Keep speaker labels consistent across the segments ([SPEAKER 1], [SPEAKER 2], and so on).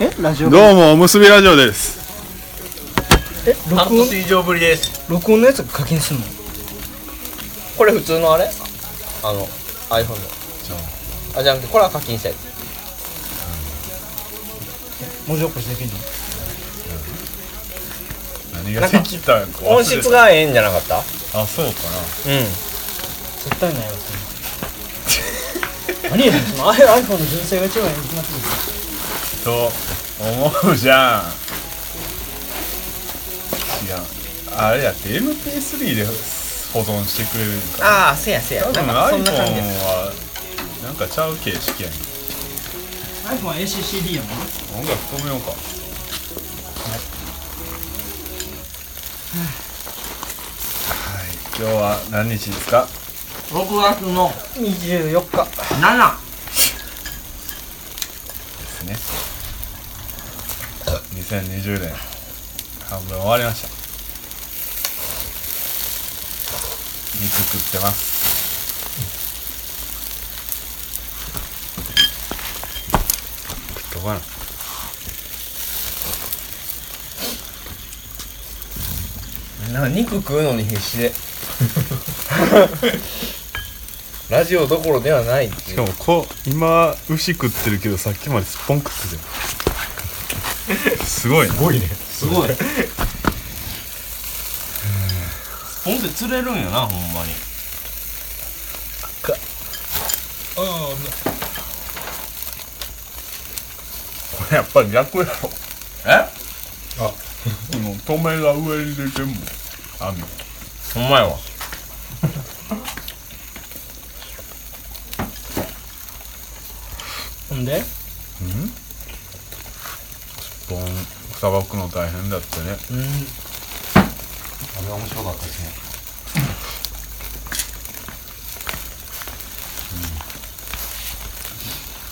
[SPEAKER 1] えラジ
[SPEAKER 2] ど
[SPEAKER 1] オ
[SPEAKER 2] うもおむすびラジオです
[SPEAKER 1] え
[SPEAKER 3] 半
[SPEAKER 1] 録音
[SPEAKER 3] 年以上ぶりです
[SPEAKER 1] 録音のやつ課金するの
[SPEAKER 3] これ普通のあれあの iPhone のあじゃなくてこれは課金したやつ
[SPEAKER 1] 文字起こしできるの
[SPEAKER 2] 何ができたんか
[SPEAKER 3] 音質がええんじゃなかった
[SPEAKER 2] あそうか
[SPEAKER 3] うん
[SPEAKER 1] 絶対ないわ そんな何やねんその iPhone の純正が一番いいに決まってる
[SPEAKER 2] なと思うじゃんいやあれやって MP3 で保存してくれるんか
[SPEAKER 3] ああせやせや
[SPEAKER 2] 多
[SPEAKER 3] な
[SPEAKER 2] 分 iPhone
[SPEAKER 3] んかそんな感じです
[SPEAKER 2] はなんかちゃう形式やね
[SPEAKER 1] iPhone は ACCD やもんね
[SPEAKER 2] ん音楽止めようかはい今日は何日ですか
[SPEAKER 4] 6月の
[SPEAKER 1] 24日
[SPEAKER 4] 7
[SPEAKER 2] ですね2020年半分終わりました肉食ってます食っとかな
[SPEAKER 3] なんか肉食うのに必 死でラジオどころではないってい
[SPEAKER 2] し
[SPEAKER 3] う
[SPEAKER 2] かもこ今牛食ってるけどさっきまですっぽん食ってたよすごいな
[SPEAKER 4] すごいスポンって釣れるんやなほんまに
[SPEAKER 2] これやっぱり逆やろ
[SPEAKER 4] え
[SPEAKER 2] この止めが上に出てんもん網
[SPEAKER 4] ほんまやわ
[SPEAKER 1] ほんで
[SPEAKER 2] ボンさばくの大変だってね
[SPEAKER 1] うん
[SPEAKER 4] あれ面白かったですね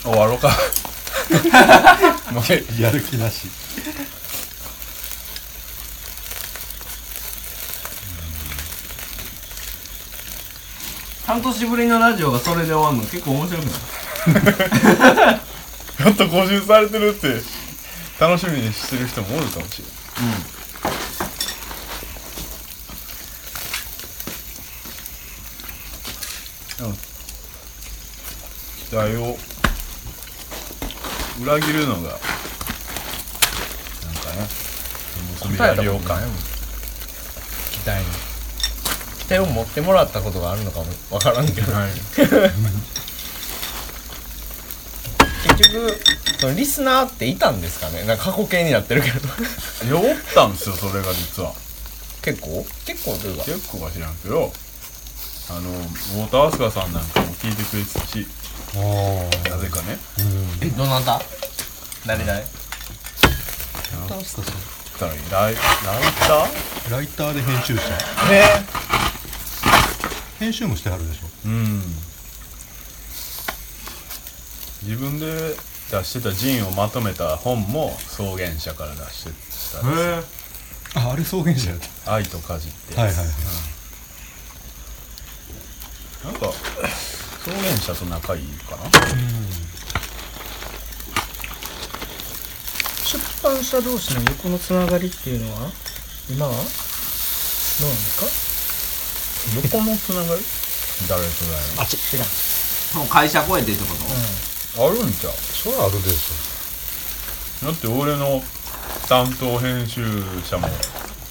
[SPEAKER 2] 終わろうかもうえ
[SPEAKER 4] やる気なし半年ぶりのラジオがそれで終わるの結構面白くない
[SPEAKER 2] やっと更新されてるって楽しみにしてる人もおるかもしれないうん期待を裏切るのがなんかね結びやりようか
[SPEAKER 3] 期待に期待を持ってもらったことがあるのかもわからんけど
[SPEAKER 2] はい
[SPEAKER 3] 結局そのリスナーっていたんですかねなんか過去形になってるけど
[SPEAKER 2] いやおったんですよそれが実は
[SPEAKER 3] 結構結構というか
[SPEAKER 2] 結構は知らんけどあの太田明日香さんなんかも聞いてくれてたしなぜかね
[SPEAKER 3] えどなた誰誰
[SPEAKER 2] だからライライター
[SPEAKER 5] ライターで編集者
[SPEAKER 3] ね
[SPEAKER 5] 編集もしてはるでしょ
[SPEAKER 2] うん自分で出してたジンをまとめた本も草原社から出してたんですよ
[SPEAKER 5] ああれ草原者やった
[SPEAKER 2] 愛と火事って
[SPEAKER 5] はい
[SPEAKER 2] や
[SPEAKER 5] は
[SPEAKER 2] つ、
[SPEAKER 5] いはい
[SPEAKER 2] なんか草原社と仲いいかな
[SPEAKER 1] 出版社同士の横のつながりっていうのは今はどうなんです
[SPEAKER 2] 横のつながり誰とだ
[SPEAKER 1] かあち知らん
[SPEAKER 4] もう会社超えてってこと、
[SPEAKER 2] よあるんちゃう
[SPEAKER 5] それはあるでし
[SPEAKER 2] だって俺の担当編集者も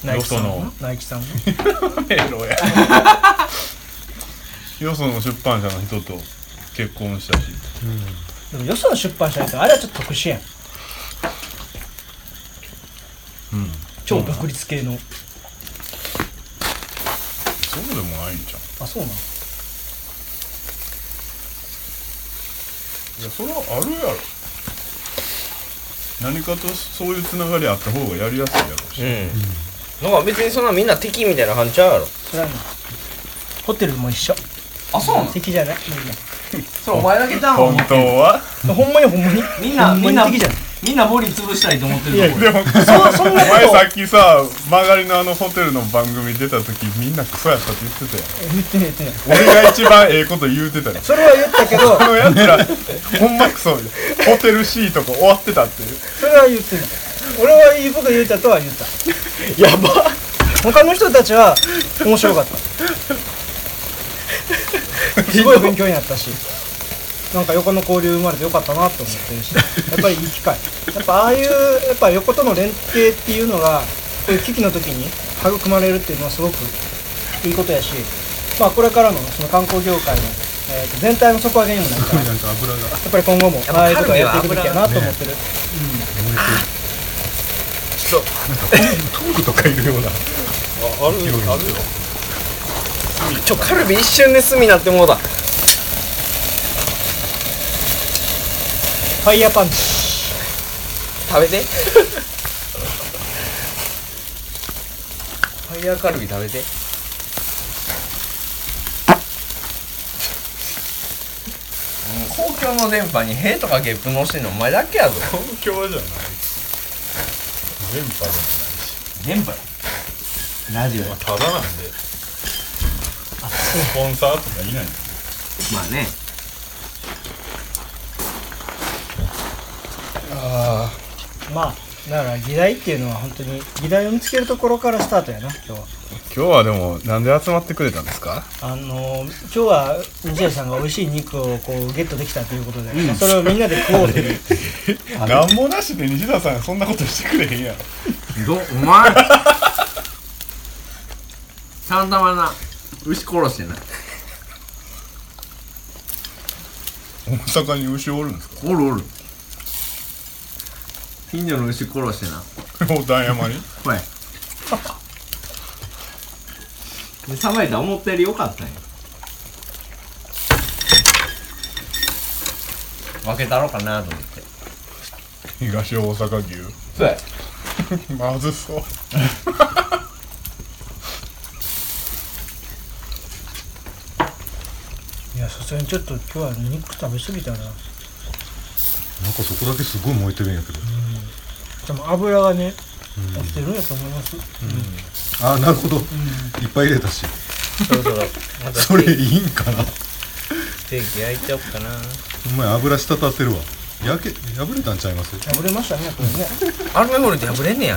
[SPEAKER 1] ナイ
[SPEAKER 2] よ
[SPEAKER 1] キさ
[SPEAKER 2] そ
[SPEAKER 1] んの
[SPEAKER 2] の
[SPEAKER 1] ナイキさんの
[SPEAKER 2] エロやよその出版社の人と結婚したし
[SPEAKER 1] でもよその出版社やったらあれはちょっと特殊やん
[SPEAKER 2] うん
[SPEAKER 1] 超独立系の
[SPEAKER 2] そうでもないんじゃん
[SPEAKER 1] あそうなの
[SPEAKER 2] いやそれはあるやろ何かとそういうつながりあった方がやりやすいやろうし、
[SPEAKER 3] うんなんか別にそんなみんな敵みたいな感じちゃうやろ
[SPEAKER 1] 知らんのホテルも一緒
[SPEAKER 4] あそうなの
[SPEAKER 1] 敵じゃないみ
[SPEAKER 4] それお前だけじゃん
[SPEAKER 2] 本当は
[SPEAKER 1] んなほんまにほんまに
[SPEAKER 4] みんな
[SPEAKER 1] ほんま
[SPEAKER 4] みんな
[SPEAKER 1] に敵じゃない
[SPEAKER 4] みんなボリ潰したいと思ってると思う
[SPEAKER 2] でも
[SPEAKER 1] そ そん
[SPEAKER 2] お
[SPEAKER 1] な
[SPEAKER 2] 前
[SPEAKER 1] こと
[SPEAKER 2] さっきさ曲がりのあのホテルの番組出た時みんなクソやったって言ってたや
[SPEAKER 1] 言ってない言ってない
[SPEAKER 2] ん俺が一番ええこと言うてたやん
[SPEAKER 1] それは言ったけど
[SPEAKER 2] このやつらほんまクソみたいなホテルシートが終わってたって
[SPEAKER 1] それは言ってない俺はいいこと言うたとは言った
[SPEAKER 3] やば
[SPEAKER 1] 他の人たちは面白 かったすごい勉強になったしなんか横の交流生まれてよかったなって思ってるしやっぱりいい機会やっぱああいうやっぱ横との連携っていうのがこういう危機の時に育まれるっていうのはすごくいいことやしまあこれからのその観光業界の、えーと全体の底上げにもなるからや
[SPEAKER 5] なんか油が
[SPEAKER 1] っぱり今後も
[SPEAKER 3] ぱ
[SPEAKER 1] ああいうことはやっていくべきやなと思ってる
[SPEAKER 3] そう
[SPEAKER 5] トークとかいるような
[SPEAKER 2] あるあるよ
[SPEAKER 3] ちょカルビ一瞬で炭になってもうだ
[SPEAKER 1] ファイヤーパンチ
[SPEAKER 3] 食べて ファイヤーカルビ食べて公共の電波に「へ」とかゲップのしてんのお前だけやぞ
[SPEAKER 2] 公共じゃない電波でもないし
[SPEAKER 4] 電波ラジオ
[SPEAKER 2] まあただなんでスポンサーとかいない
[SPEAKER 4] まあね
[SPEAKER 1] まあだから議題っていうのは本当に議題を見つけるところからスタートやな今日は
[SPEAKER 2] 今日はでもなんで集まってくれたんですか
[SPEAKER 1] あの今日は西谷さんが美味しい肉をこうゲットできたということで、それをみんなで食おうという
[SPEAKER 2] なんもなしで西田さんそんなことしてくれへんやろ
[SPEAKER 4] どお前サンタマな牛殺してない
[SPEAKER 2] 大阪に牛おるんですか
[SPEAKER 4] おるおる近所の牛殺してな
[SPEAKER 2] 大田山に
[SPEAKER 4] これでさばいたら思ったより良かったんや
[SPEAKER 3] 負けたろうかなと思って
[SPEAKER 2] 東大阪牛
[SPEAKER 3] そうや
[SPEAKER 2] まずそう
[SPEAKER 1] いやさすがにちょっと今日は肉食べ過ぎたな
[SPEAKER 5] なんかそこだけすごい燃えてるんやけ
[SPEAKER 1] で
[SPEAKER 5] ど
[SPEAKER 1] も油がね落ちてるんやと思います、
[SPEAKER 5] ああなるほどいっぱい入れたし
[SPEAKER 3] そろそろまた
[SPEAKER 5] それいいんかな
[SPEAKER 3] ステーキ焼いちゃおうかな
[SPEAKER 5] お前油滴ってるわ焼け破れたんちゃいます
[SPEAKER 1] 破れましたねこれね
[SPEAKER 3] アルミホイルって破れんねや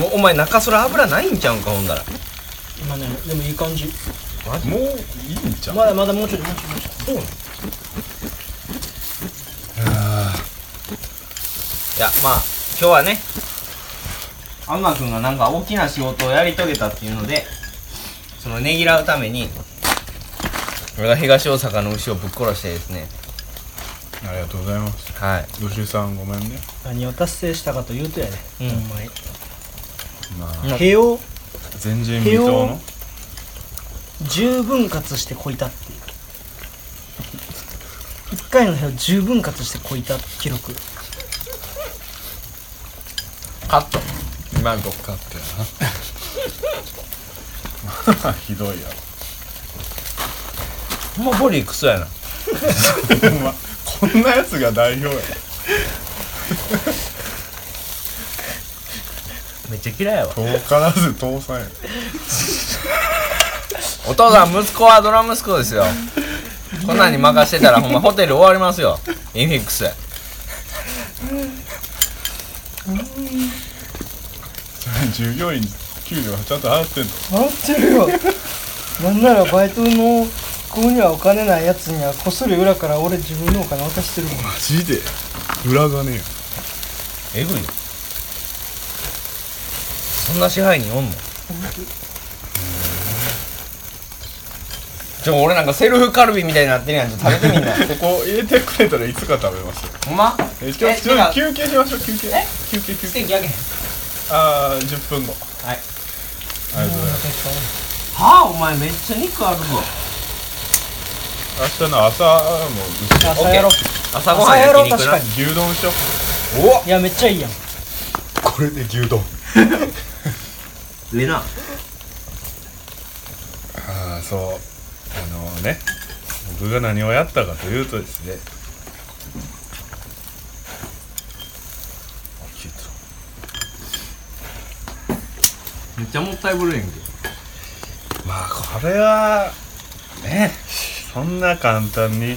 [SPEAKER 3] もうお前中それ油ないんちゃうんかほんだら
[SPEAKER 1] 今ねでもいい感じ
[SPEAKER 2] もういいんちゃう
[SPEAKER 1] まだまだもうちょっともうちょっと
[SPEAKER 3] いやまあ今日はね
[SPEAKER 4] 安川君がなんか大きな仕事をやり遂げたっていうので
[SPEAKER 3] そのねぎらうために俺が東大阪の牛をぶっ殺してですね
[SPEAKER 2] ありがとうございます
[SPEAKER 3] はい
[SPEAKER 2] 牛さんごめんね
[SPEAKER 1] 何を達成したかというとやね、
[SPEAKER 3] うん
[SPEAKER 1] ほんまに
[SPEAKER 2] まあ
[SPEAKER 3] うん
[SPEAKER 1] 毛を
[SPEAKER 2] 前人未到の
[SPEAKER 1] 十分割してこいたっていう一回の部屋を十分割してこいた記録
[SPEAKER 3] カット
[SPEAKER 2] 今のとこ勝ってやな ひどいや
[SPEAKER 3] ほんまボディクソやな
[SPEAKER 2] ろほんまこんなやつが代表や
[SPEAKER 3] めっちゃ嫌いやわ
[SPEAKER 2] 遠からず倒産や
[SPEAKER 3] お父さん息子はドラ息子ですよこんなんに任してたらほんまホテル終わりますよインフィックス
[SPEAKER 2] 従業員給料ちゃんと払ってんの
[SPEAKER 1] 笑ってるよなんならバイトの子にはお金ないやつにはこっそり裏から俺自分のお金渡してるもん
[SPEAKER 2] マジで裏金や
[SPEAKER 3] えぐいよそんな支配人おんのちょ俺なんかセルフカルビみたいになってるやんちょっと食べてみんな
[SPEAKER 2] ここ入れてくれたらいつか食べますよ
[SPEAKER 3] ほんま
[SPEAKER 2] えちょ
[SPEAKER 3] え
[SPEAKER 2] ちょ
[SPEAKER 3] なんか
[SPEAKER 2] 休憩しましょう休憩
[SPEAKER 3] え
[SPEAKER 2] 休憩休
[SPEAKER 3] ステ
[SPEAKER 2] 憩
[SPEAKER 3] ーキ焼けへん
[SPEAKER 2] ああ10分後
[SPEAKER 3] は
[SPEAKER 2] あ
[SPEAKER 3] い
[SPEAKER 2] りがとうございます
[SPEAKER 4] はあお前めっちゃ肉あるぞ
[SPEAKER 2] 明日の朝もう
[SPEAKER 1] 朝やろう
[SPEAKER 3] 朝ごは
[SPEAKER 1] 朝
[SPEAKER 3] ん
[SPEAKER 1] やろ
[SPEAKER 3] 焼
[SPEAKER 1] う
[SPEAKER 3] き
[SPEAKER 1] 確
[SPEAKER 3] 肉
[SPEAKER 1] か
[SPEAKER 3] な
[SPEAKER 1] に
[SPEAKER 2] 牛丼しよう
[SPEAKER 1] いやめっちゃいいやん
[SPEAKER 5] これで牛丼
[SPEAKER 4] でな
[SPEAKER 2] ああそうあのね僕が何をやったかというとですねあ消えた
[SPEAKER 4] めっちゃもったいぶるやんけ
[SPEAKER 2] まあこれはねそんな簡単に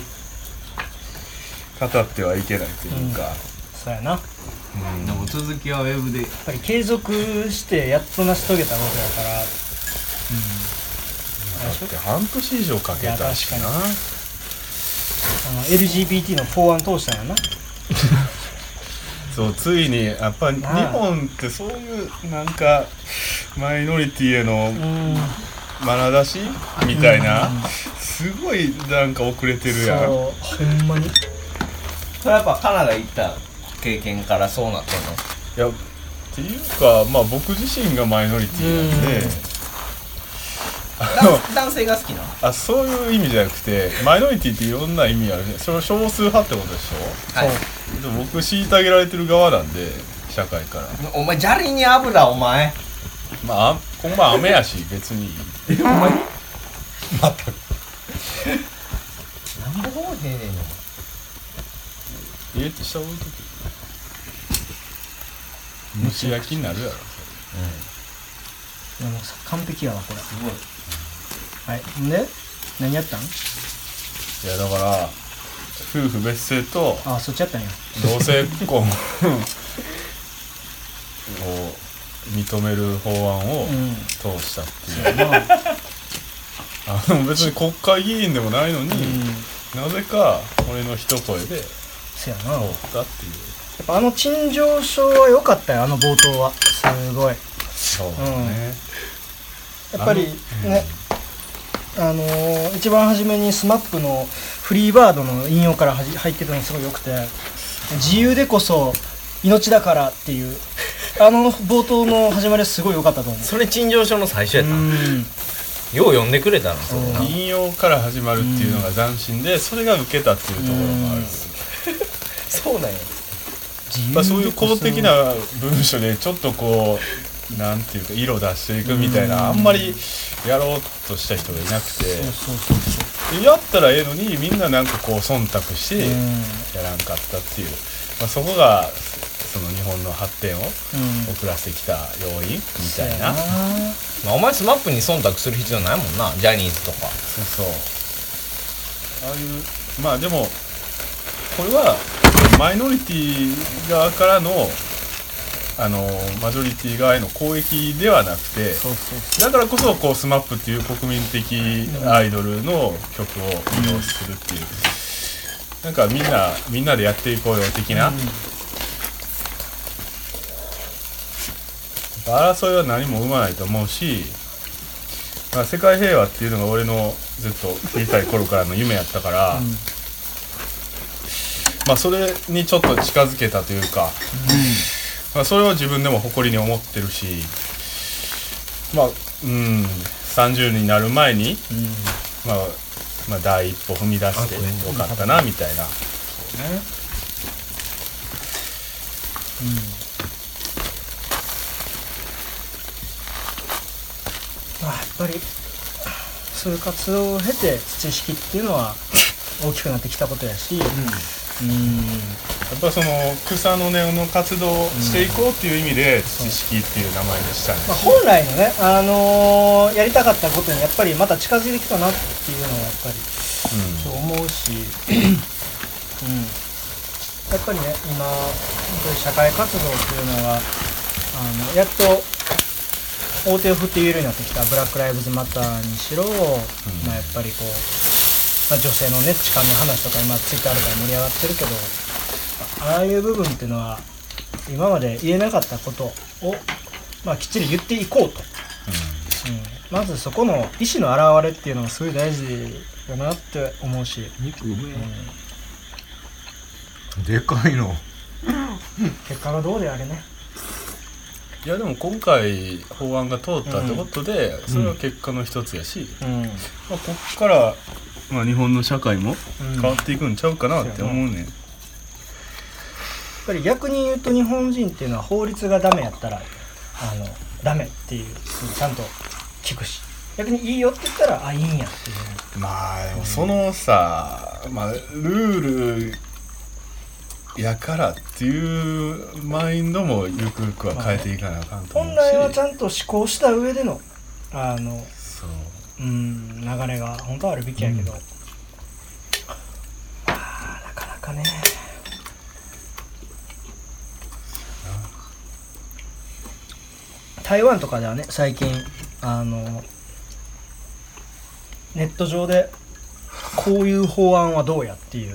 [SPEAKER 2] 語ってはいけないというか、
[SPEAKER 1] そうやなやっ
[SPEAKER 4] でも続きはウェブで
[SPEAKER 1] ぱり継続してやっと成し遂げたことやから
[SPEAKER 2] だって半年以上かけたし
[SPEAKER 1] い
[SPEAKER 2] な
[SPEAKER 1] やあの LGBT の法案通したんやな
[SPEAKER 2] そうついにやっぱ日
[SPEAKER 1] なあ
[SPEAKER 2] 本ってそういうなんかマイノリティへの
[SPEAKER 1] うん
[SPEAKER 2] 眼差しみたいなすごいなんか遅れてるやん
[SPEAKER 1] そうほんまに
[SPEAKER 3] それはやっぱカナダ行った経験からそうなって んの
[SPEAKER 2] いやっていうかまあ僕自身がマイノリティなんであの
[SPEAKER 3] だ男性が好きなの
[SPEAKER 2] あそういう意味じゃなくてマイノリティっていろんな意味あるじゃんそれ少数派ってことでし
[SPEAKER 3] はい
[SPEAKER 2] ょでも僕虐げられてる側なんで社会から
[SPEAKER 3] お前砂利に油お前
[SPEAKER 2] まああ今晩雨やし別にいい
[SPEAKER 3] なんぼほぼへんねんの
[SPEAKER 2] 家って下置いとけ蒸し焼きになるやろ
[SPEAKER 1] いやもう完璧やわこれすごいはいほんで何やったん
[SPEAKER 2] いやだから夫婦別姓と
[SPEAKER 1] あそっちやったんや
[SPEAKER 2] 同性婚を認める法案を
[SPEAKER 1] うん
[SPEAKER 2] 通したっていう、
[SPEAKER 1] まあ
[SPEAKER 2] あの別に国会議員でもないのに、
[SPEAKER 1] うん
[SPEAKER 2] なぜか俺の一声で
[SPEAKER 1] せやなや
[SPEAKER 2] 通
[SPEAKER 1] っ
[SPEAKER 2] ったっていう
[SPEAKER 1] ぱあの陳情書は良かったよあの冒頭はすごい
[SPEAKER 2] そう
[SPEAKER 1] ね、やっぱりねあのー一番初めに SMAP の「フリーバード」の引用からはじ入ってたのすごい良くて「自由でこそ命だから」っていうあの冒頭の始まりはすごい良かったと思う
[SPEAKER 3] それ陳情書の最初やっ
[SPEAKER 1] う
[SPEAKER 3] たの
[SPEAKER 1] ん
[SPEAKER 3] よう読んでくれたのそ
[SPEAKER 1] そう
[SPEAKER 2] 引用から始まるっていうのが斬新でそれが受けたっていうところもある
[SPEAKER 3] そうなんや
[SPEAKER 1] 自
[SPEAKER 2] まあ、
[SPEAKER 1] 由
[SPEAKER 2] そういう公的な
[SPEAKER 1] でこ
[SPEAKER 2] 文書でちょっとこうなんていうか色出していくみたいなあんまりやろうとした人がいなく
[SPEAKER 1] そ
[SPEAKER 2] て
[SPEAKER 1] そうそうそう
[SPEAKER 2] やったらええのにみんななんかこう忖度して
[SPEAKER 1] うん
[SPEAKER 2] やらんかったっていう、まあ、そこがその日本の発展を
[SPEAKER 1] うん
[SPEAKER 2] 遅らせてきた要因み
[SPEAKER 1] そ
[SPEAKER 2] た
[SPEAKER 1] うや
[SPEAKER 2] いな
[SPEAKER 3] まあお前スマップに忖度する必要ないもんなジャニーズとか
[SPEAKER 2] そうそうああいうまあでもこれはマイノリティ側からのあのマジョリティ側への攻撃ではなくて
[SPEAKER 1] そうそう
[SPEAKER 2] だからこそこう SMAP っていう国民的アイドルの曲を利用するっていう、なんかみんなみんなでやっていこうよ的な、争いは何も生まないと思うし、まあ、世界平和っていうのが俺のずっと小さい頃からの夢やったから、まあ、それにちょっと近づけたというか、まあ、それを自分でも誇りに思ってるしまあうん30になる前に、まあ、まあ第一歩踏み出してよかったなみたいな。
[SPEAKER 1] まあやっぱりそういう活動を経て知識っていうのは大きくなってきたことやしうん
[SPEAKER 2] やっぱその草の根の活動をしていこうっていう意味で知識っていう名前にしたね、
[SPEAKER 1] まあ、本来のね、あのーやりたかったことにやっぱりまた近づいてきたなっていうのはやっぱりそう思うし、うん、やっぱりね今本当に社会活動っていうのがあのやっと大手を振って言えるようになってきた「ブラック・ライブズ・マター」にしろ、まあ、やっぱりこう、まあ、女性のね痴漢の話とか今ツイッターあるから盛り上がってるけどああいう部分っていうのは今まで言えなかったことを、まあ、きっちり言っていこうと。うんまずそこの意思の表れっていうのがすごい大事だなって思うし
[SPEAKER 5] でかいの
[SPEAKER 1] 結果がどうであれね
[SPEAKER 2] いやでも今回法案が通ったってことで、それは結果の一つやし、
[SPEAKER 1] うん
[SPEAKER 2] まあ、こっから、まあ、日本の社会も変わっていくんちゃうかなって思うね、
[SPEAKER 1] やっぱり逆に言うと日本人っていうのは法律がダメやったらあのダメっていうちゃんと聞くし逆にいいよって言ったらあいいんやっていう
[SPEAKER 2] まあでもそのさ、まあ、ルールやからっていうマインドもゆくゆくは変えていかなあかんと思う
[SPEAKER 1] 本
[SPEAKER 2] し、
[SPEAKER 1] 来はちゃんと思考した上でのあの
[SPEAKER 2] そう
[SPEAKER 1] うん流れが本当はあるべきやけど、まあなかなかね台湾とかではね最近あのネット上でこういう法案はどうやっていう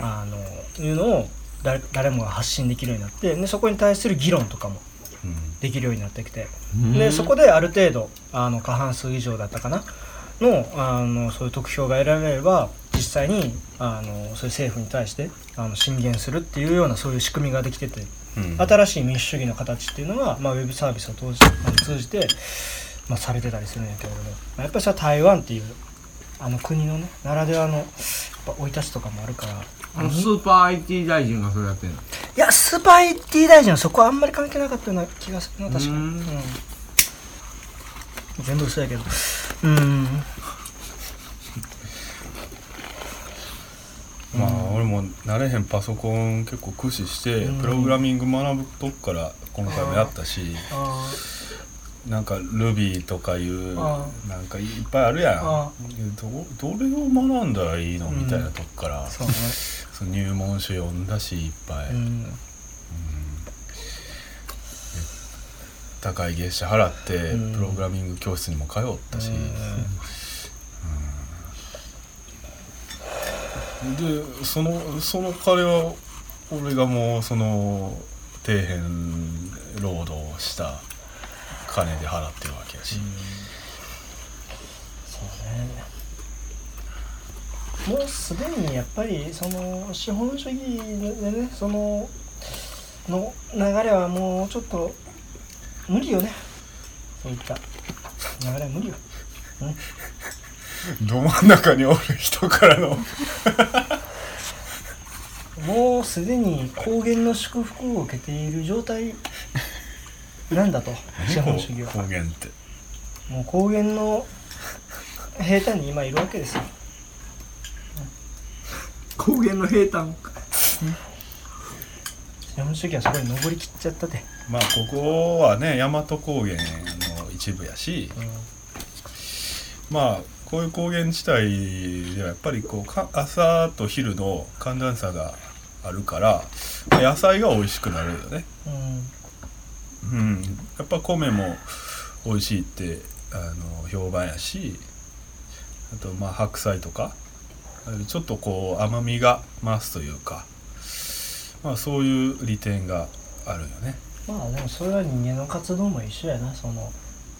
[SPEAKER 1] あのいうのを誰誰もが発信できるようになってでそこに対する議論とかもできるようになってきてでそこである程度あの過半数以上だったかなのあのそういう得票が得られれば実際にあのそういう政府に対してあの進言するっていうようなそういう仕組みができてて
[SPEAKER 2] うん
[SPEAKER 1] 新しい民主主義の形っていうのが、まあ、ウェブサービスを通じあの通じて、まあ、されてたりするんやけれども、まあやっぱりそれは台湾っていうあの国のねならではのやっぱ生い立ちとかもあるから
[SPEAKER 4] あのスーパー IT 大臣がそれやってんの
[SPEAKER 1] いやスーパー IT 大臣はそこはあんまり関係なかったような気がするな確かに、
[SPEAKER 4] う
[SPEAKER 1] うんん、全部嘘やけどうん
[SPEAKER 2] まあ俺も慣れへんパソコン結構駆使して
[SPEAKER 1] うん
[SPEAKER 2] プログラミング学ぶとこから今回もやったし
[SPEAKER 1] あ
[SPEAKER 2] なんか Ruby とかいう
[SPEAKER 1] あ
[SPEAKER 2] なんかいっぱいあるやん
[SPEAKER 1] あ
[SPEAKER 2] どどれを学んだらいいの
[SPEAKER 1] うん
[SPEAKER 2] みたいなとこから
[SPEAKER 1] あそうね
[SPEAKER 2] その入門書読んだしいっぱい
[SPEAKER 1] うん
[SPEAKER 2] 高い月謝払って
[SPEAKER 1] うん
[SPEAKER 2] プログラミング教室にも通ったしでそのその彼は俺がもうその底辺労働をした金で払ってるわけやし、
[SPEAKER 1] もうすでにやっぱりその資本主義でねそのの流れはもうちょっと無理よねそういった流れは無理よ
[SPEAKER 2] ど真ん中におる人からの
[SPEAKER 1] もうすでに高原の祝福を受けている状態なんだと資本主義は
[SPEAKER 2] 方言って
[SPEAKER 1] もう高原の平坦に今いるわけですよ
[SPEAKER 4] 高原の平坦
[SPEAKER 1] 資本主義はそこに登りきっちゃったで、
[SPEAKER 2] まあここはね大和高原の一部やし
[SPEAKER 1] うん
[SPEAKER 2] まあこういう高原地帯ではやっぱりこうか朝と昼の寒暖差があるからまあ野菜が美味しくなるよね
[SPEAKER 1] うん
[SPEAKER 2] うん、やっぱ米も美味しいってあの評判やしあとまあ白菜とかちょっとこう甘みが増すというか、まあ、そういう利点があるよね。
[SPEAKER 1] まあでもそれは人間の活動も一緒やなその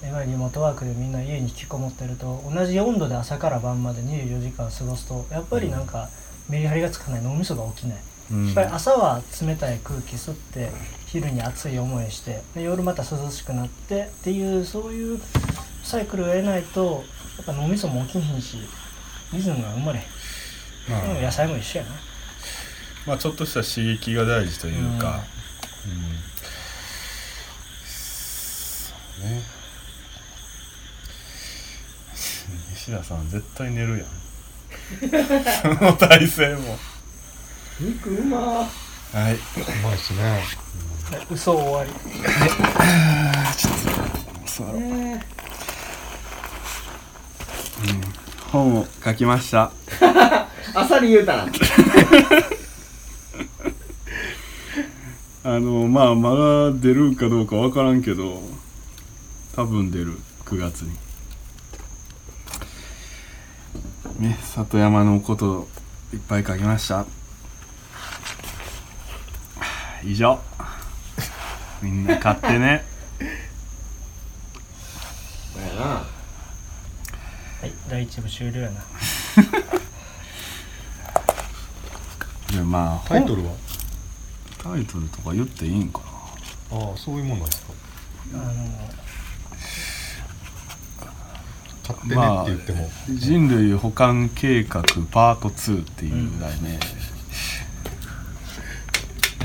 [SPEAKER 1] いわゆるリモートワークでみんな家に引きこもってると同じ温度で朝から晩まで24時間過ごすとやっぱりなんかメリハリがつかない脳みそが起きない、
[SPEAKER 2] うん
[SPEAKER 1] やっぱり朝は冷たい空気吸って昼に暑い思いしてで夜また涼しくなってっていうそういうサイクルを得ないとやっぱ脳みそも起きひんしリズムが生まれへん、
[SPEAKER 2] ま
[SPEAKER 1] でも
[SPEAKER 2] あ
[SPEAKER 1] 野菜も一緒やな
[SPEAKER 2] まあ、ちょっとした刺激が大事というか、うんそうね、西田さん絶対 寝るやんその体勢も
[SPEAKER 4] 肉うまー
[SPEAKER 2] はい
[SPEAKER 5] まいしね
[SPEAKER 1] 嘘終わり
[SPEAKER 2] 本を書きました
[SPEAKER 4] あさり言うたな
[SPEAKER 2] あのまあまだ出るかどうか分からんけど多分出る9月にね里山のこといっぱい書きました以上みんな買ってね
[SPEAKER 1] はい第一部終了やな
[SPEAKER 2] じゃあまあ
[SPEAKER 5] タイ
[SPEAKER 2] 本
[SPEAKER 5] トルは
[SPEAKER 2] タイトルとか言っていいんか
[SPEAKER 5] ああそういうもんなんですか
[SPEAKER 1] あの
[SPEAKER 5] 買って
[SPEAKER 2] な
[SPEAKER 5] ねって言っても、
[SPEAKER 2] 人類保管計画パート2っていう題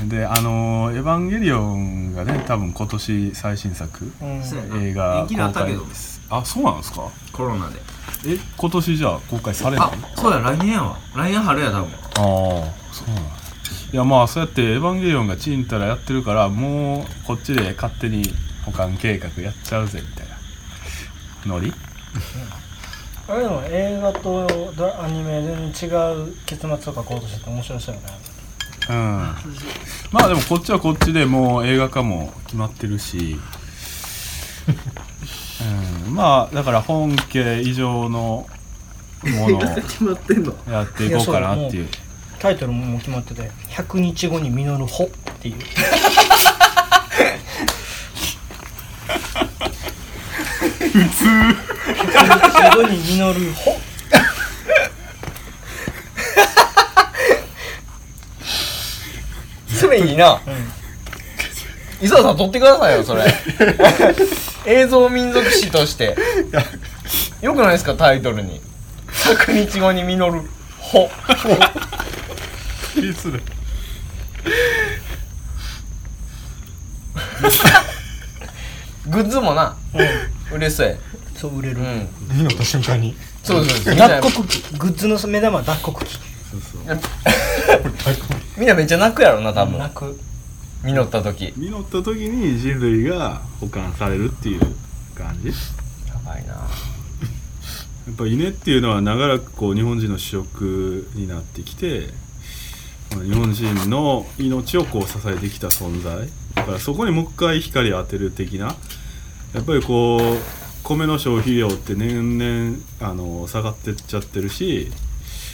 [SPEAKER 2] 名、であの「エヴァンゲリオン」がね多分今年最新作
[SPEAKER 1] うん
[SPEAKER 4] そうやな
[SPEAKER 2] 映画
[SPEAKER 4] 延期になったけど
[SPEAKER 2] 公開ですあそうなんですか
[SPEAKER 4] コロナで
[SPEAKER 2] え今年じゃあ公開されない
[SPEAKER 4] あそうだ来年やわ来年春や多分
[SPEAKER 2] ああそうなんいやまあそうやって「エヴァンゲリオン」がチンたらやってるからもうこっちで勝手に保管計画やっちゃうぜみたいなノリ
[SPEAKER 1] あれでも映画とドラアニメ全然違う結末とかこうとしてて面白そうよね
[SPEAKER 2] うんまあでもこっちはこっちでもう映画化も決まってるし
[SPEAKER 6] うん、まあだから本家以上のものを
[SPEAKER 7] 決まってんの
[SPEAKER 6] やっていこうかなっていう
[SPEAKER 1] タイトルももう決まってて「100日後に実る穂」っていう普通100日後に実る穂
[SPEAKER 3] それいいな、伊沢さん撮ってくださいよそれ映像民族史としてよくないですかタイトルに「100日後に実る穂」
[SPEAKER 5] いつだ
[SPEAKER 3] グッズもな、嬉しそうや
[SPEAKER 1] そう売れる、
[SPEAKER 3] うん
[SPEAKER 5] 見った瞬間に
[SPEAKER 3] そうそうそうみんな
[SPEAKER 1] 脱穀機グッズの目玉は脱穀機
[SPEAKER 3] みんなめっちゃ泣くやろな多分
[SPEAKER 1] 泣く
[SPEAKER 3] 実った時
[SPEAKER 2] 実った時に人類が保管されるっていう感じや
[SPEAKER 3] やばいな
[SPEAKER 2] っぱ稲っていうのは長らくこう日本人の主食になってきてまあ日本人の命をこう支えてきた存在だからそこにもう一回光を当てる的なやっぱりこう米の消費量って年々あの下がってっちゃってるし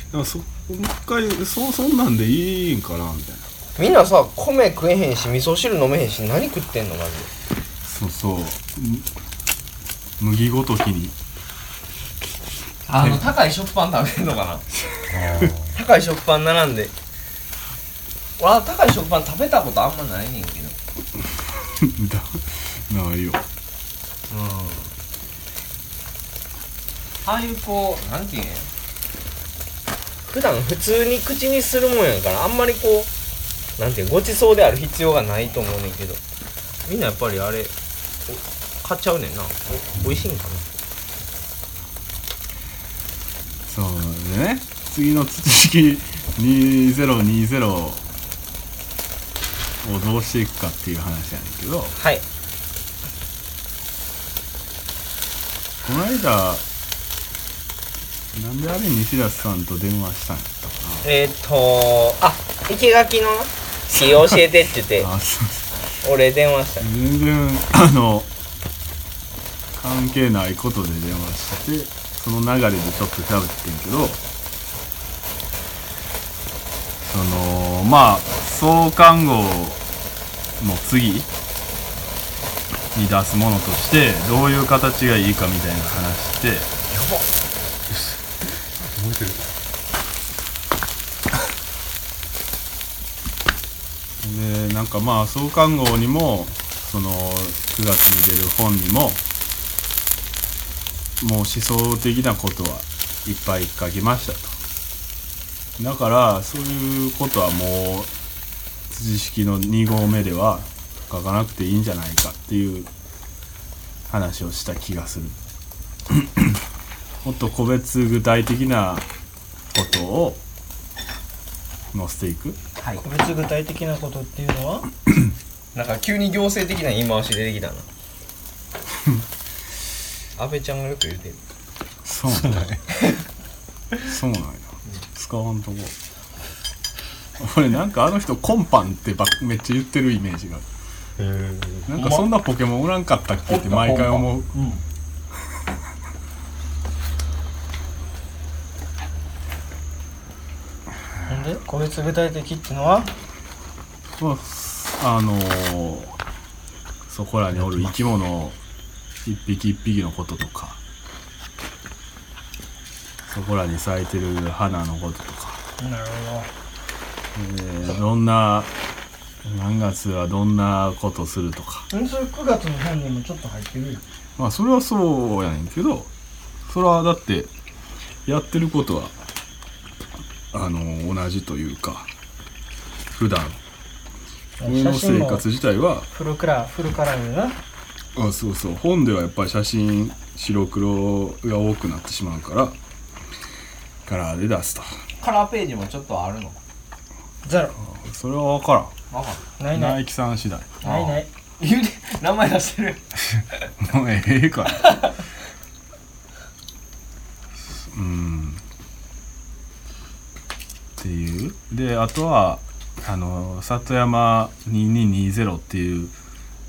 [SPEAKER 2] だからそもう一回そそんなんでいいんかなみたいな
[SPEAKER 3] みんなさ米食えへんし味噌汁飲めへんし何食ってんのマジで
[SPEAKER 2] そうそう麦ごときに
[SPEAKER 3] あの高い食パン食べるのかな高い食パン並んで俺は高い食パン食べたことあんまないねんけど
[SPEAKER 2] だないよ
[SPEAKER 3] ああいうこうなんていうんや普段普通に口にするもんやからあんまりこうなんていうんごちそうである必要がないと思うねんけどみんなやっぱりあれお買っちゃうねんなお美味しいんかな
[SPEAKER 2] そうでね次の土式2020をどうしていくかっていう話やねんけど
[SPEAKER 3] はい
[SPEAKER 2] この間なんであれ西田さんと電話したんやったか
[SPEAKER 3] えー、っとあ生垣のな詩教えてって言 って
[SPEAKER 2] なあそうそ
[SPEAKER 3] 俺電話した
[SPEAKER 2] う全然あの関係ないことで電話してその流れでちょっと喋ってんけどそのまあ創刊号の次に出すものとしてどういう形がいいかみたいな話して
[SPEAKER 5] 燃えてる
[SPEAKER 2] でなんかまあ創刊号にもその9月に出る本にももう思想的なことはいっぱい書きましたとだからそういうことはもう辻式の2号目では書かなくていいんじゃないかっていう話をした気がするもっと個別具体的なことを載せていく
[SPEAKER 1] 個別具体的なことっていうのは
[SPEAKER 3] なんか急に行政的な言い回し出て きたな安倍ちゃんがよく言うてる
[SPEAKER 2] そうなんだそうなんや使わんとこ俺なんかあの人コンパンってばっめっちゃ言ってるイメージがあるなんかそんなポケモンおらんかったっけって毎回思う
[SPEAKER 1] なんで個別具体的っていうのは
[SPEAKER 2] まああのーそこらにおる生き物一匹一匹のこととかそこらに咲いてる花のこととか
[SPEAKER 1] なるほ
[SPEAKER 2] えーどんな何月はどんなことするとか
[SPEAKER 1] どそれ9月の本にもちょっと入ってるよ
[SPEAKER 2] まあそれはそうやねんけどそれはだってやってることはあの同じというか普段俺の
[SPEAKER 1] 写真
[SPEAKER 2] 生
[SPEAKER 1] も
[SPEAKER 2] 活自体は
[SPEAKER 1] フルカラーフルカラーでな
[SPEAKER 2] あそうそう本ではやっぱり写真白黒が多くなってしまうからカラーで出すと
[SPEAKER 3] カラーページもちょっとあるの
[SPEAKER 1] ゼロ
[SPEAKER 2] それは分か
[SPEAKER 3] わかん
[SPEAKER 1] な
[SPEAKER 2] ら
[SPEAKER 1] い
[SPEAKER 2] ん
[SPEAKER 1] ない
[SPEAKER 2] ナイキさん次第
[SPEAKER 1] ないない
[SPEAKER 3] ない言うて名前出してる
[SPEAKER 2] もうええからうんっていうであとはあの里山2220っていう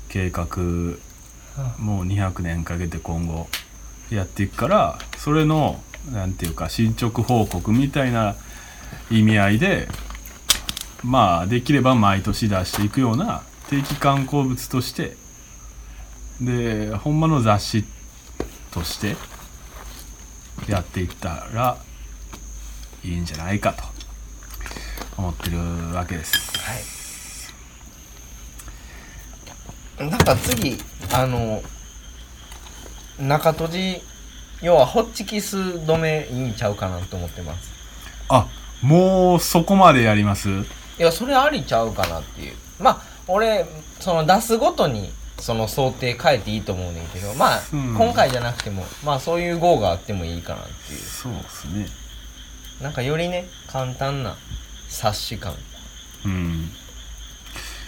[SPEAKER 2] 計画もう200年かけて今後やっていくからそれのなんていうか進捗報告みたいな意味合いでまあできれば毎年出していくような定期刊行物としてでほんまの雑誌としてやっていったらいいんじゃないかと思ってるわけです。
[SPEAKER 3] なんか次あの中閉じ要はホッチキス止めいいんちゃうかなと思ってます
[SPEAKER 2] あもうそこまでやります
[SPEAKER 3] いやそれありちゃうかなっていうまあ俺その出すごとにその想定変えていいと思うねんけどまあ、
[SPEAKER 2] うん
[SPEAKER 3] 今回じゃなくてもまあそういう号があってもいいかなってい
[SPEAKER 2] そうですね
[SPEAKER 3] うなんかよりね簡単な冊子感
[SPEAKER 2] うん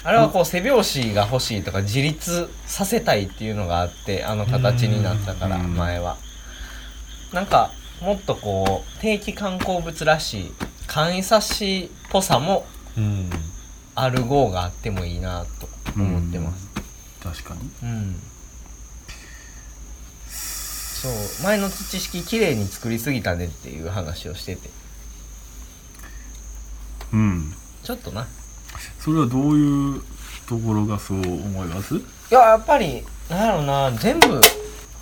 [SPEAKER 3] あれはこう背拍子が欲しいとか自立させたいっていうのがあってあの形になったから
[SPEAKER 2] うん
[SPEAKER 3] 前はなんかもっとこう定期観光物らしい簡易冊子っぽさも
[SPEAKER 5] うん
[SPEAKER 3] ある号があってもいいなと思ってます
[SPEAKER 2] 確かに
[SPEAKER 3] うん、そう前の知識きれいに作りすぎたねっていう話をしてて
[SPEAKER 2] うん
[SPEAKER 3] ちょっとな
[SPEAKER 2] それはどういうところがそう思います
[SPEAKER 3] いややっぱりなんやろな全部フ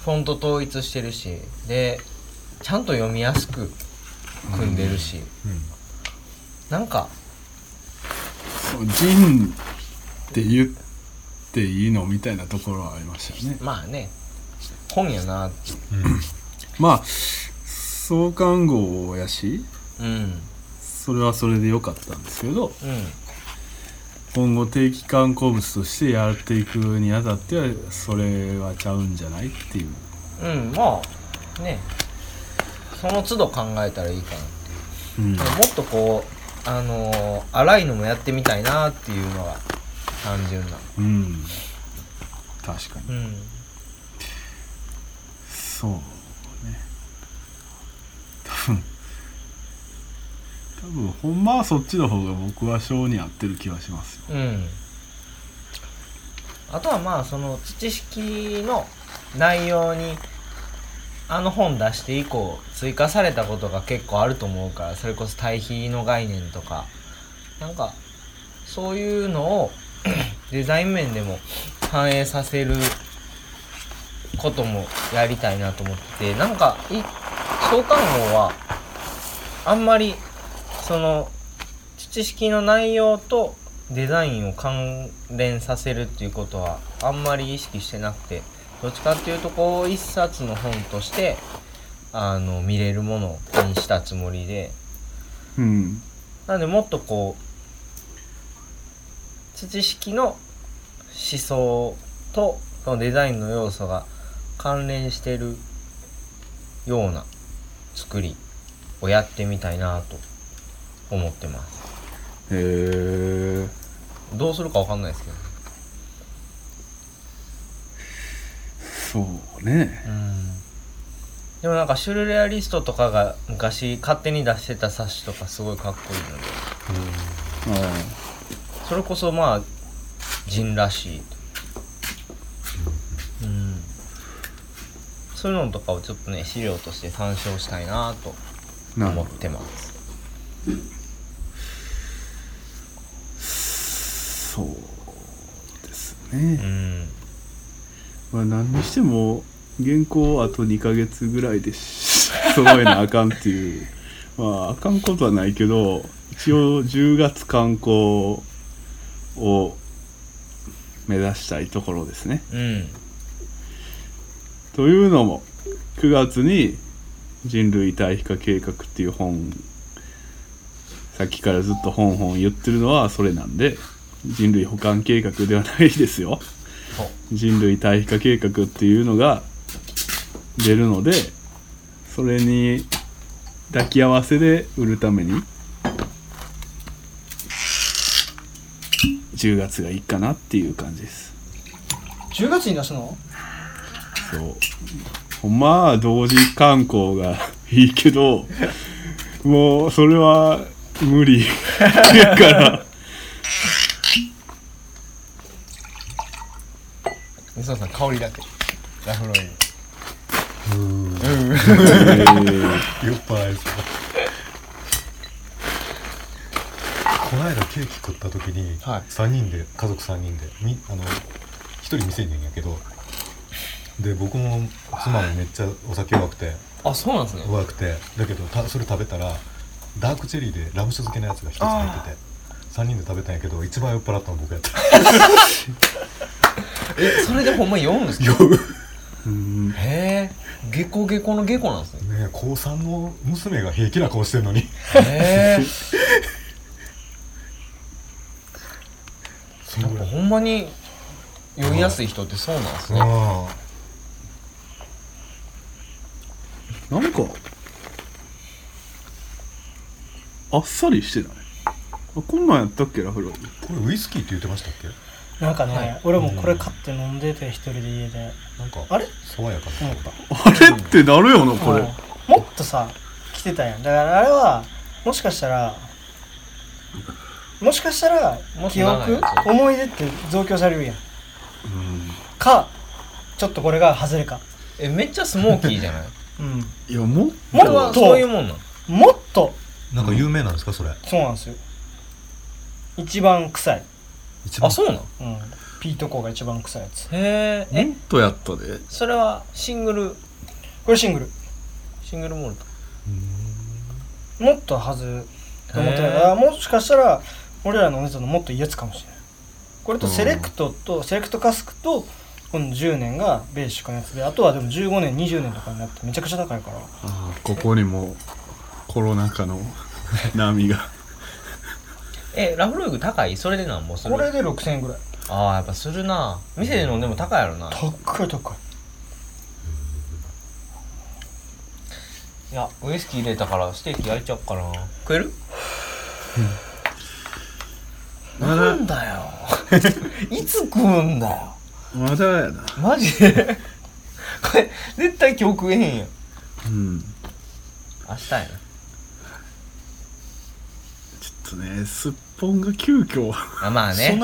[SPEAKER 3] ォント統一してるしでちゃんと読みやすく組んでるし、なんか
[SPEAKER 2] そう人って言っていいのみたいなところはありましたよね
[SPEAKER 3] まあね本やなって
[SPEAKER 2] まあ創刊号やし
[SPEAKER 3] うんうん
[SPEAKER 2] それはそれで良かったんですけど今後定期刊行物としてやっていくにあたってはそれはちゃうんじゃないっていう
[SPEAKER 3] うんまあねその都度考えたらいいか
[SPEAKER 2] うん
[SPEAKER 3] なもっとこうあのー荒いのもやってみたいなっていうのが単純な
[SPEAKER 2] うん確かに
[SPEAKER 3] うん
[SPEAKER 2] そうね多分多分ほんまはそっちの方が僕は性に合ってる気はしますよ
[SPEAKER 3] うんあとはまあその知識の内容にあの本出して以降追加されたことが結構あると思うからそれこそ対比の概念とかなんかそういうのを デザイン面でも 反映させることもやりたいなと思っててなんかい創刊号はあんまりその知識の内容とデザインを関連させるっていうことはあんまり意識してなくてどっちかっていうとこう一冊の本としてあの見れるものにしたつもりで
[SPEAKER 2] うん
[SPEAKER 3] なのでもっとこう知識の思想とそのデザインの要素が関連してるような作りをやってみたいなと思ってま
[SPEAKER 2] へ
[SPEAKER 3] す
[SPEAKER 2] え
[SPEAKER 3] どうするかわかんないですけど
[SPEAKER 2] そうね
[SPEAKER 3] うんでもなんかシュルレアリストとかが昔勝手に出してた冊子とかすごいかっこいいのでそれこそまあ人らしいうんそういうのとかをちょっとね資料として参照したいなと
[SPEAKER 2] うんなる
[SPEAKER 3] 思
[SPEAKER 2] ほ
[SPEAKER 3] っ
[SPEAKER 2] ど
[SPEAKER 3] てます
[SPEAKER 2] そうですね
[SPEAKER 3] う、ん
[SPEAKER 2] まあ、何にしても原稿あと2ヶ月ぐらいでし揃えなあかんっていう まああかんことはないけど一応10月刊行を目指したいところですね
[SPEAKER 3] うん
[SPEAKER 2] というのも9月に「人類対比化計画」っていう本さっきからずっと本本言ってるのはそれなんで人類保管計画ではないですよ
[SPEAKER 3] そう
[SPEAKER 2] 人類対比化計画っていうのが出るのでそれに抱き合わせで売るために10月がいいかなっていう感じです
[SPEAKER 1] 10月に出すの
[SPEAKER 2] そうほんまは同時観光が いいけどもうそれは無 理やから
[SPEAKER 3] みそさん香りだけラフロイグ
[SPEAKER 5] 酔っ払いそうこの間ケーキ食った時に、
[SPEAKER 3] はい
[SPEAKER 5] 三人で家族3人でみあの一人未成年やけどで僕も妻もめっちゃお酒弱くて
[SPEAKER 3] あそうなんですね
[SPEAKER 5] 弱くてだけどたそれ食べたらダークチェリーでラム酒漬けのやつが一つ入ってて3人で食べたんやけど一番酔っ払ったの僕や った
[SPEAKER 3] えそれでほんま酔うんですか
[SPEAKER 8] うん
[SPEAKER 3] へえ下戸下戸の下戸なんですね
[SPEAKER 5] ねえ高3の娘が平気な顔してんのに
[SPEAKER 3] へえ
[SPEAKER 5] そのぐらい
[SPEAKER 3] ほんまに酔いやすい人ってそうなんですね
[SPEAKER 5] あ
[SPEAKER 8] なんかあっさりしてないあこんなんやったっけラフロイグ
[SPEAKER 5] あこれウイスキーって言ってましたっけ
[SPEAKER 1] なんかね、俺もこれ買って飲んでて一人で家で
[SPEAKER 5] なんか
[SPEAKER 1] あれ
[SPEAKER 5] 爽やかな香
[SPEAKER 8] あれってなるよなこれ
[SPEAKER 1] うんもっとさ来てたやんだからあれはもしかしたらもしかしたら
[SPEAKER 3] もっと
[SPEAKER 1] 記
[SPEAKER 3] 長い
[SPEAKER 1] 憶
[SPEAKER 3] やつ
[SPEAKER 1] 思い出って増強されるやんかちょっとこれが外れか
[SPEAKER 3] えめっちゃスモーキーじ ゃない
[SPEAKER 1] うん
[SPEAKER 8] いやもっ
[SPEAKER 1] もっ
[SPEAKER 3] 人は
[SPEAKER 1] と
[SPEAKER 3] そういうもんなん
[SPEAKER 1] もっと
[SPEAKER 5] りなんか有名なんですかそれ
[SPEAKER 1] そうなんですよ一番臭い、
[SPEAKER 5] 一
[SPEAKER 3] あそうなん
[SPEAKER 1] うん、ピートコーが一番臭いやつ
[SPEAKER 3] へええ
[SPEAKER 8] とやったで
[SPEAKER 3] それはシングル
[SPEAKER 1] これシングル
[SPEAKER 3] シングルモルト
[SPEAKER 1] もっとはずと思って
[SPEAKER 3] へ
[SPEAKER 1] た
[SPEAKER 3] ー
[SPEAKER 1] からもしかしたら俺らのお姉さんのもっといいやつかもしれないこれとセレクトと、セレクトカスクとこの10年がベーシックなやつであとはでも15年20年とかになってめちゃくちゃ高いから
[SPEAKER 8] あーここにもコロナ禍の波が
[SPEAKER 3] えラフロイグ高いそれでなんぼする
[SPEAKER 1] これで6000円ぐらい
[SPEAKER 3] ああやっぱするな店で飲んでも高いやろな
[SPEAKER 1] 高い高い
[SPEAKER 3] いやウイスキー入れたからステーキ焼いちゃおっかな食えるなん だよいつ食うんだよ
[SPEAKER 8] まだやな
[SPEAKER 3] マジでこれ絶対今日食えへんやん
[SPEAKER 8] うん
[SPEAKER 3] 明日やな
[SPEAKER 8] ちょっとねすっぽんが急遽
[SPEAKER 3] あまあね